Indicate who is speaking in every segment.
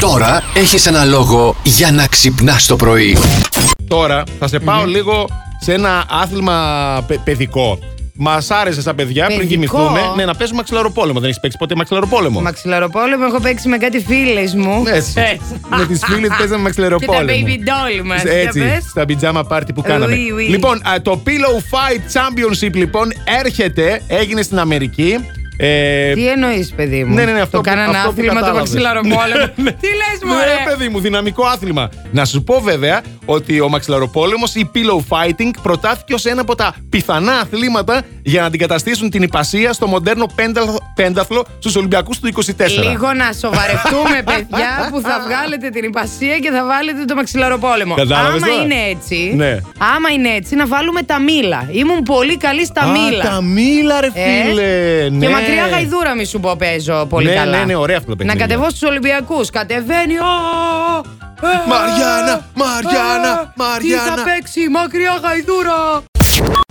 Speaker 1: Τώρα έχεις ένα λόγο για να ξυπνάς το πρωί.
Speaker 2: Τώρα θα σε παω λίγο σε ένα άθλημα παι- παιδικό. Μας άρεσε στα παιδιά πριν
Speaker 3: Παιδικό?
Speaker 2: κοιμηθούμε ναι, να παίζουμε μαξιλαροπόλεμο. Δεν έχεις παίξει ποτέ μαξιλαροπόλεμο.
Speaker 3: Μαξιλαροπόλεμο, έχω παίξει με κάτι φίλες μου.
Speaker 2: Έτσι. με τις φίλες παίζαμε
Speaker 3: Και τα
Speaker 2: Ναι, μαξιλαροπόλεμο.
Speaker 3: baby doll μα.
Speaker 2: Έτσι, στα πιτζάμα πάρτι που κάναμε.
Speaker 3: Oui, oui.
Speaker 2: Λοιπόν, α, το Pillow Fight Championship λοιπόν έρχεται, έγινε στην Αμερική. Ε,
Speaker 3: Τι εννοείς, παιδί μου.
Speaker 2: Ναι, ναι, ναι, αυτό
Speaker 3: το
Speaker 2: που-
Speaker 3: κάνανε
Speaker 2: αυτό που
Speaker 3: άθλημα το
Speaker 2: κατάλαβες.
Speaker 3: μαξιλαροπόλεμο.
Speaker 2: Ναι, ναι.
Speaker 3: Τι λες,
Speaker 2: Ναι,
Speaker 3: μωρέ.
Speaker 2: ρε, παιδί μου, δυναμικό άθλημα. Να σου πω βέβαια ότι ο μαξιλαροπόλεμος ή pillow fighting προτάθηκε ως ένα από τα πιθανά αθλήματα για να αντικαταστήσουν την υπασία στο μοντέρνο πένταθλο, πένταθλο στους Ολυμπιακούς του 24.
Speaker 3: Λίγο να σοβαρευτούμε, παιδιά, που θα βγάλετε την υπασία και θα βάλετε το μαξιλαροπόλεμο.
Speaker 2: Κατάλαβες
Speaker 3: άμα
Speaker 2: τώρα?
Speaker 3: είναι έτσι,
Speaker 2: Ναι.
Speaker 3: άμα είναι έτσι, να βάλουμε τα μήλα. Ήμουν πολύ καλή στα
Speaker 2: Α,
Speaker 3: μήλα.
Speaker 2: τα μήλα, ρε
Speaker 3: Ε,
Speaker 2: φίλε. ναι.
Speaker 3: Και μακριά γαϊδούρα, μη σου πω, παίζω πολύ
Speaker 2: Ναι,
Speaker 3: καλά.
Speaker 2: ναι, ναι, ωραία αυτό το
Speaker 3: Να
Speaker 2: παιχνίδι.
Speaker 3: κατεβώ στους Ολυμπιακούς. Κατεβαίνει. ο, ε,
Speaker 2: Μαριάννα, Μαριάννα,
Speaker 3: ε, Τι
Speaker 2: Μαριάννα.
Speaker 3: θα παίξει, μακριά γαϊδούρα.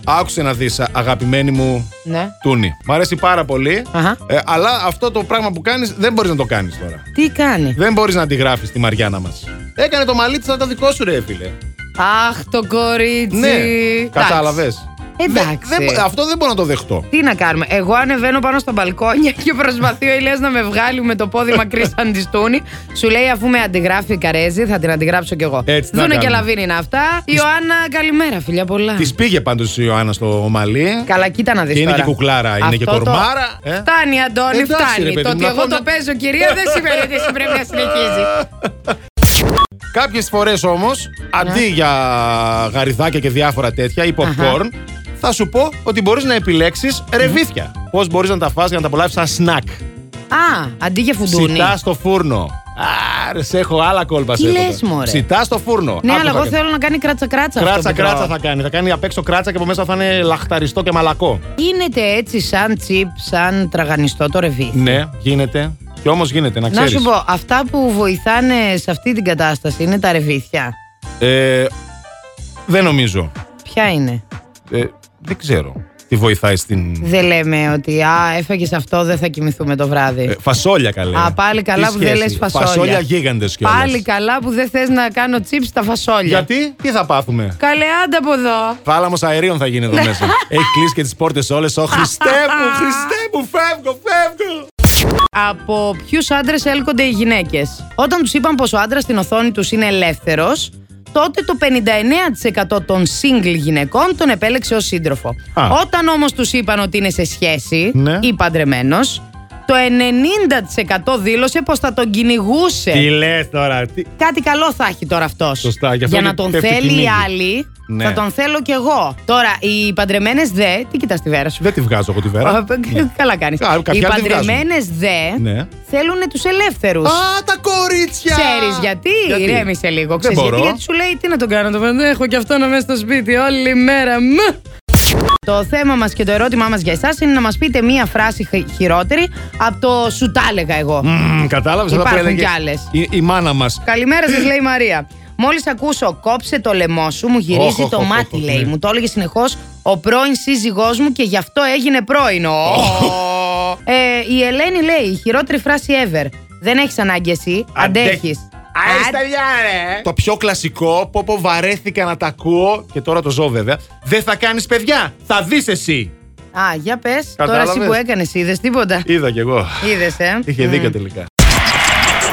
Speaker 2: Άκουσε να δεις, αγαπημένη μου
Speaker 3: Ναι.
Speaker 2: Τούνη. Μ' αρέσει πάρα πολύ.
Speaker 3: Αχα.
Speaker 2: Ε, αλλά αυτό το πράγμα που κάνεις δεν μπορείς να το κάνεις τώρα.
Speaker 3: Τι κάνει.
Speaker 2: Δεν μπορείς να τη γράφεις τη Μαριάννα μας. Έκανε το μαλλί της, θα τα δικό σου, ρε φίλε.
Speaker 3: Αχ, το κορίτσι.
Speaker 2: Ναι,
Speaker 3: Εντάξει.
Speaker 2: κατάλαβες.
Speaker 3: Εντάξει.
Speaker 2: αυτό δεν μπορώ να το δεχτώ.
Speaker 3: Τι να κάνουμε. Εγώ ανεβαίνω πάνω στα μπαλκόνια και προσπαθεί ο Ηλίας να με βγάλει με το πόδι μακρύς σαν τη στούνη. Σου λέει αφού με αντιγράφει η Καρέζη, θα την αντιγράψω κι εγώ.
Speaker 2: Έτσι να
Speaker 3: Δούνε και
Speaker 2: κάνουμε.
Speaker 3: λαβίν είναι αυτά. Ιωάννα, καλημέρα, φιλιά πολλά.
Speaker 2: Της πήγε πάντως η Ιωάννα στο μαλλί.
Speaker 3: Καλά, κοίτα να δεις.
Speaker 2: Και είναι και κουκλάρα, είναι και κορμάρα.
Speaker 3: Το...
Speaker 2: ε.
Speaker 3: Φτάνει, Αντώνη,
Speaker 2: Εντάξει, ρε
Speaker 3: φτάνει.
Speaker 2: παιδί
Speaker 3: το
Speaker 2: μου,
Speaker 3: ότι
Speaker 2: να
Speaker 3: εγώ
Speaker 2: πω
Speaker 3: το
Speaker 2: μια-
Speaker 3: παίζω, κυρία, δεν σημαίνει ότι εσύ πρέπει να συνεχίζει.
Speaker 2: Κάποιες φορές όμως,
Speaker 3: Ναι.
Speaker 2: αντί για γαριδάκια και διάφορα τέτοια ή popcorn, θα σου πω ότι μπορείς να επιλέξεις
Speaker 3: Ναι.
Speaker 2: ρεβίθια. Πώς μπορείς να τα φας για να τα απολαύσεις σαν σνακ.
Speaker 3: Α, αντί για φουντούνι.
Speaker 2: Ψητά στο φούρνο. Άρε, σε έχω άλλα κόλπα.
Speaker 3: Τι
Speaker 2: σε έχω
Speaker 3: λες,
Speaker 2: τώρα.
Speaker 3: μωρέ.
Speaker 2: Ψητά στο φούρνο.
Speaker 3: Ναι,
Speaker 2: Άκου
Speaker 3: αλλά
Speaker 2: θα
Speaker 3: εγώ
Speaker 2: κάνει.
Speaker 3: θέλω να κάνει κράτσα-κράτσα. αυτό
Speaker 2: Κράτσα,
Speaker 3: που τρώω.
Speaker 2: κράτσα θα κάνει. Θα κάνει απ' έξω κράτσα και από μέσα θα είναι λαχταριστό και μαλακό.
Speaker 3: Γίνεται έτσι σαν τσιπ, σαν τραγανιστό το ρεβί.
Speaker 2: Ναι, γίνεται. Και όμως γίνεται, να
Speaker 3: Να
Speaker 2: ξέρεις.
Speaker 3: σου πω, αυτά που βοηθάνε σε αυτή την κατάσταση είναι τα ρεβίθια.
Speaker 2: Ε, δεν νομίζω.
Speaker 3: Ποια είναι.
Speaker 2: Ε, δεν ξέρω τι βοηθάει στην.
Speaker 3: Δεν λέμε ότι α, έφαγες αυτό, δεν θα κοιμηθούμε το βράδυ.
Speaker 2: Ε, φασόλια καλέ.
Speaker 3: Α, πάλι
Speaker 2: Τι
Speaker 3: καλά που δεν
Speaker 2: σχέση.
Speaker 3: λες φασόλια.
Speaker 2: Φασόλια γίγαντες κιόλας.
Speaker 3: Πάλι καλά που δεν θες να κάνω τσίπ στα φασόλια.
Speaker 2: Γιατί, τι θα πάθουμε.
Speaker 3: Καλέ, άντε από εδώ.
Speaker 2: Θάλαμος αερίων θα γίνει εδώ
Speaker 3: Ναι.
Speaker 2: μέσα. Έχει κλείσει και τις πόρτες όλες. Ω Χριστέ μου, Χριστέ μου, φεύγω, φεύγω.
Speaker 3: Από ποιους άντρες έλκονται οι γυναίκες. Όταν τους είπαν πως ο άντρας στην οθόνη τους είναι ελεύθερος, τότε το 59% των single γυναικών τον επέλεξε ως σύντροφο.
Speaker 2: Α.
Speaker 3: Όταν όμως τους είπαν ότι είναι σε σχέση
Speaker 2: Ναι.
Speaker 3: ή παντρεμένο, το 90% δήλωσε πως θα τον κυνηγούσε.
Speaker 2: Τι λες τώρα, τι...
Speaker 3: Κάτι καλό θα έχει τώρα αυτός.
Speaker 2: Σωστά, γι' αυτό
Speaker 3: Για να
Speaker 2: και
Speaker 3: τον
Speaker 2: πέφτει
Speaker 3: θέλει
Speaker 2: κυνήγι.
Speaker 3: η άλλη,
Speaker 2: Ναι.
Speaker 3: θα τον θέλω κι εγώ. Τώρα, οι παντρεμένες δε. Τι κοιτάς τη βέρα σου.
Speaker 2: Δεν τη βγάζω εγώ τη
Speaker 3: Α,
Speaker 2: βέρα. Ναι.
Speaker 3: Καλά κάνεις.
Speaker 2: Κα- κάποιοι
Speaker 3: Οι
Speaker 2: άλλοι τη βγάζουν.
Speaker 3: παντρεμένε δε
Speaker 2: Ναι.
Speaker 3: θέλουν τους ελεύθερους.
Speaker 2: Α, τα κορίτσια!
Speaker 3: Ξέρεις γιατί, ηρέμησε λίγο. Ξέρεις
Speaker 2: Δεν
Speaker 3: γιατί,
Speaker 2: μπορώ.
Speaker 3: γιατί σου λέει τι να τον κάνω. Το παιδί, έχω και αυτό να μέσα στο σπίτι όλη μέρα. Μ. Το θέμα μας και το ερώτημά μας για εσάς είναι να μας πείτε μία φράση χι- χειρότερη από το σου τα έλεγα εγώ.
Speaker 2: Μμμ, κατάλαβες αυτά που
Speaker 3: Υπάρχουν
Speaker 2: έλεγε
Speaker 3: κι άλλες.
Speaker 2: Η, η μάνα μας.
Speaker 3: Καλημέρα σας, λέει η Μαρία. Μόλις ακούσω κόψε το λαιμό σου, μου γυρίζει
Speaker 2: Οχ,
Speaker 3: το
Speaker 2: οχ,
Speaker 3: μάτι,
Speaker 2: οχ, οχ,
Speaker 3: λέει.
Speaker 2: ναι.
Speaker 3: Μου το έλεγε συνεχώς ο πρώην σύζυγός μου και γι' αυτό έγινε πρώην. Ω. ε, η Ελένη λέει: Η χειρότερη φράση ever. Δεν έχεις ανάγκη εσύ,
Speaker 2: Αντέχ-
Speaker 3: αντέχει.
Speaker 2: Άι, στελιά,
Speaker 3: Ε.
Speaker 2: ρε. Το πιο κλασικό, πω πω βαρέθηκα να τα ακούω και τώρα το ζω βέβαια. Δεν θα κάνεις παιδιά, θα δεις εσύ.
Speaker 3: Α, για πες. Τώρα
Speaker 2: Κατάλαβες.
Speaker 3: εσύ που έκανες, είδες τίποτα.
Speaker 2: Είδα κι εγώ.
Speaker 3: Είδες, ε.
Speaker 2: Είχε
Speaker 3: Μμ.
Speaker 2: δίκιο τελικά.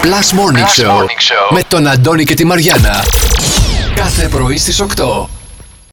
Speaker 1: Plus Morning, Show, με τον Αντώνη και τη Μαριάνα. Κάθε πρωί στις 8.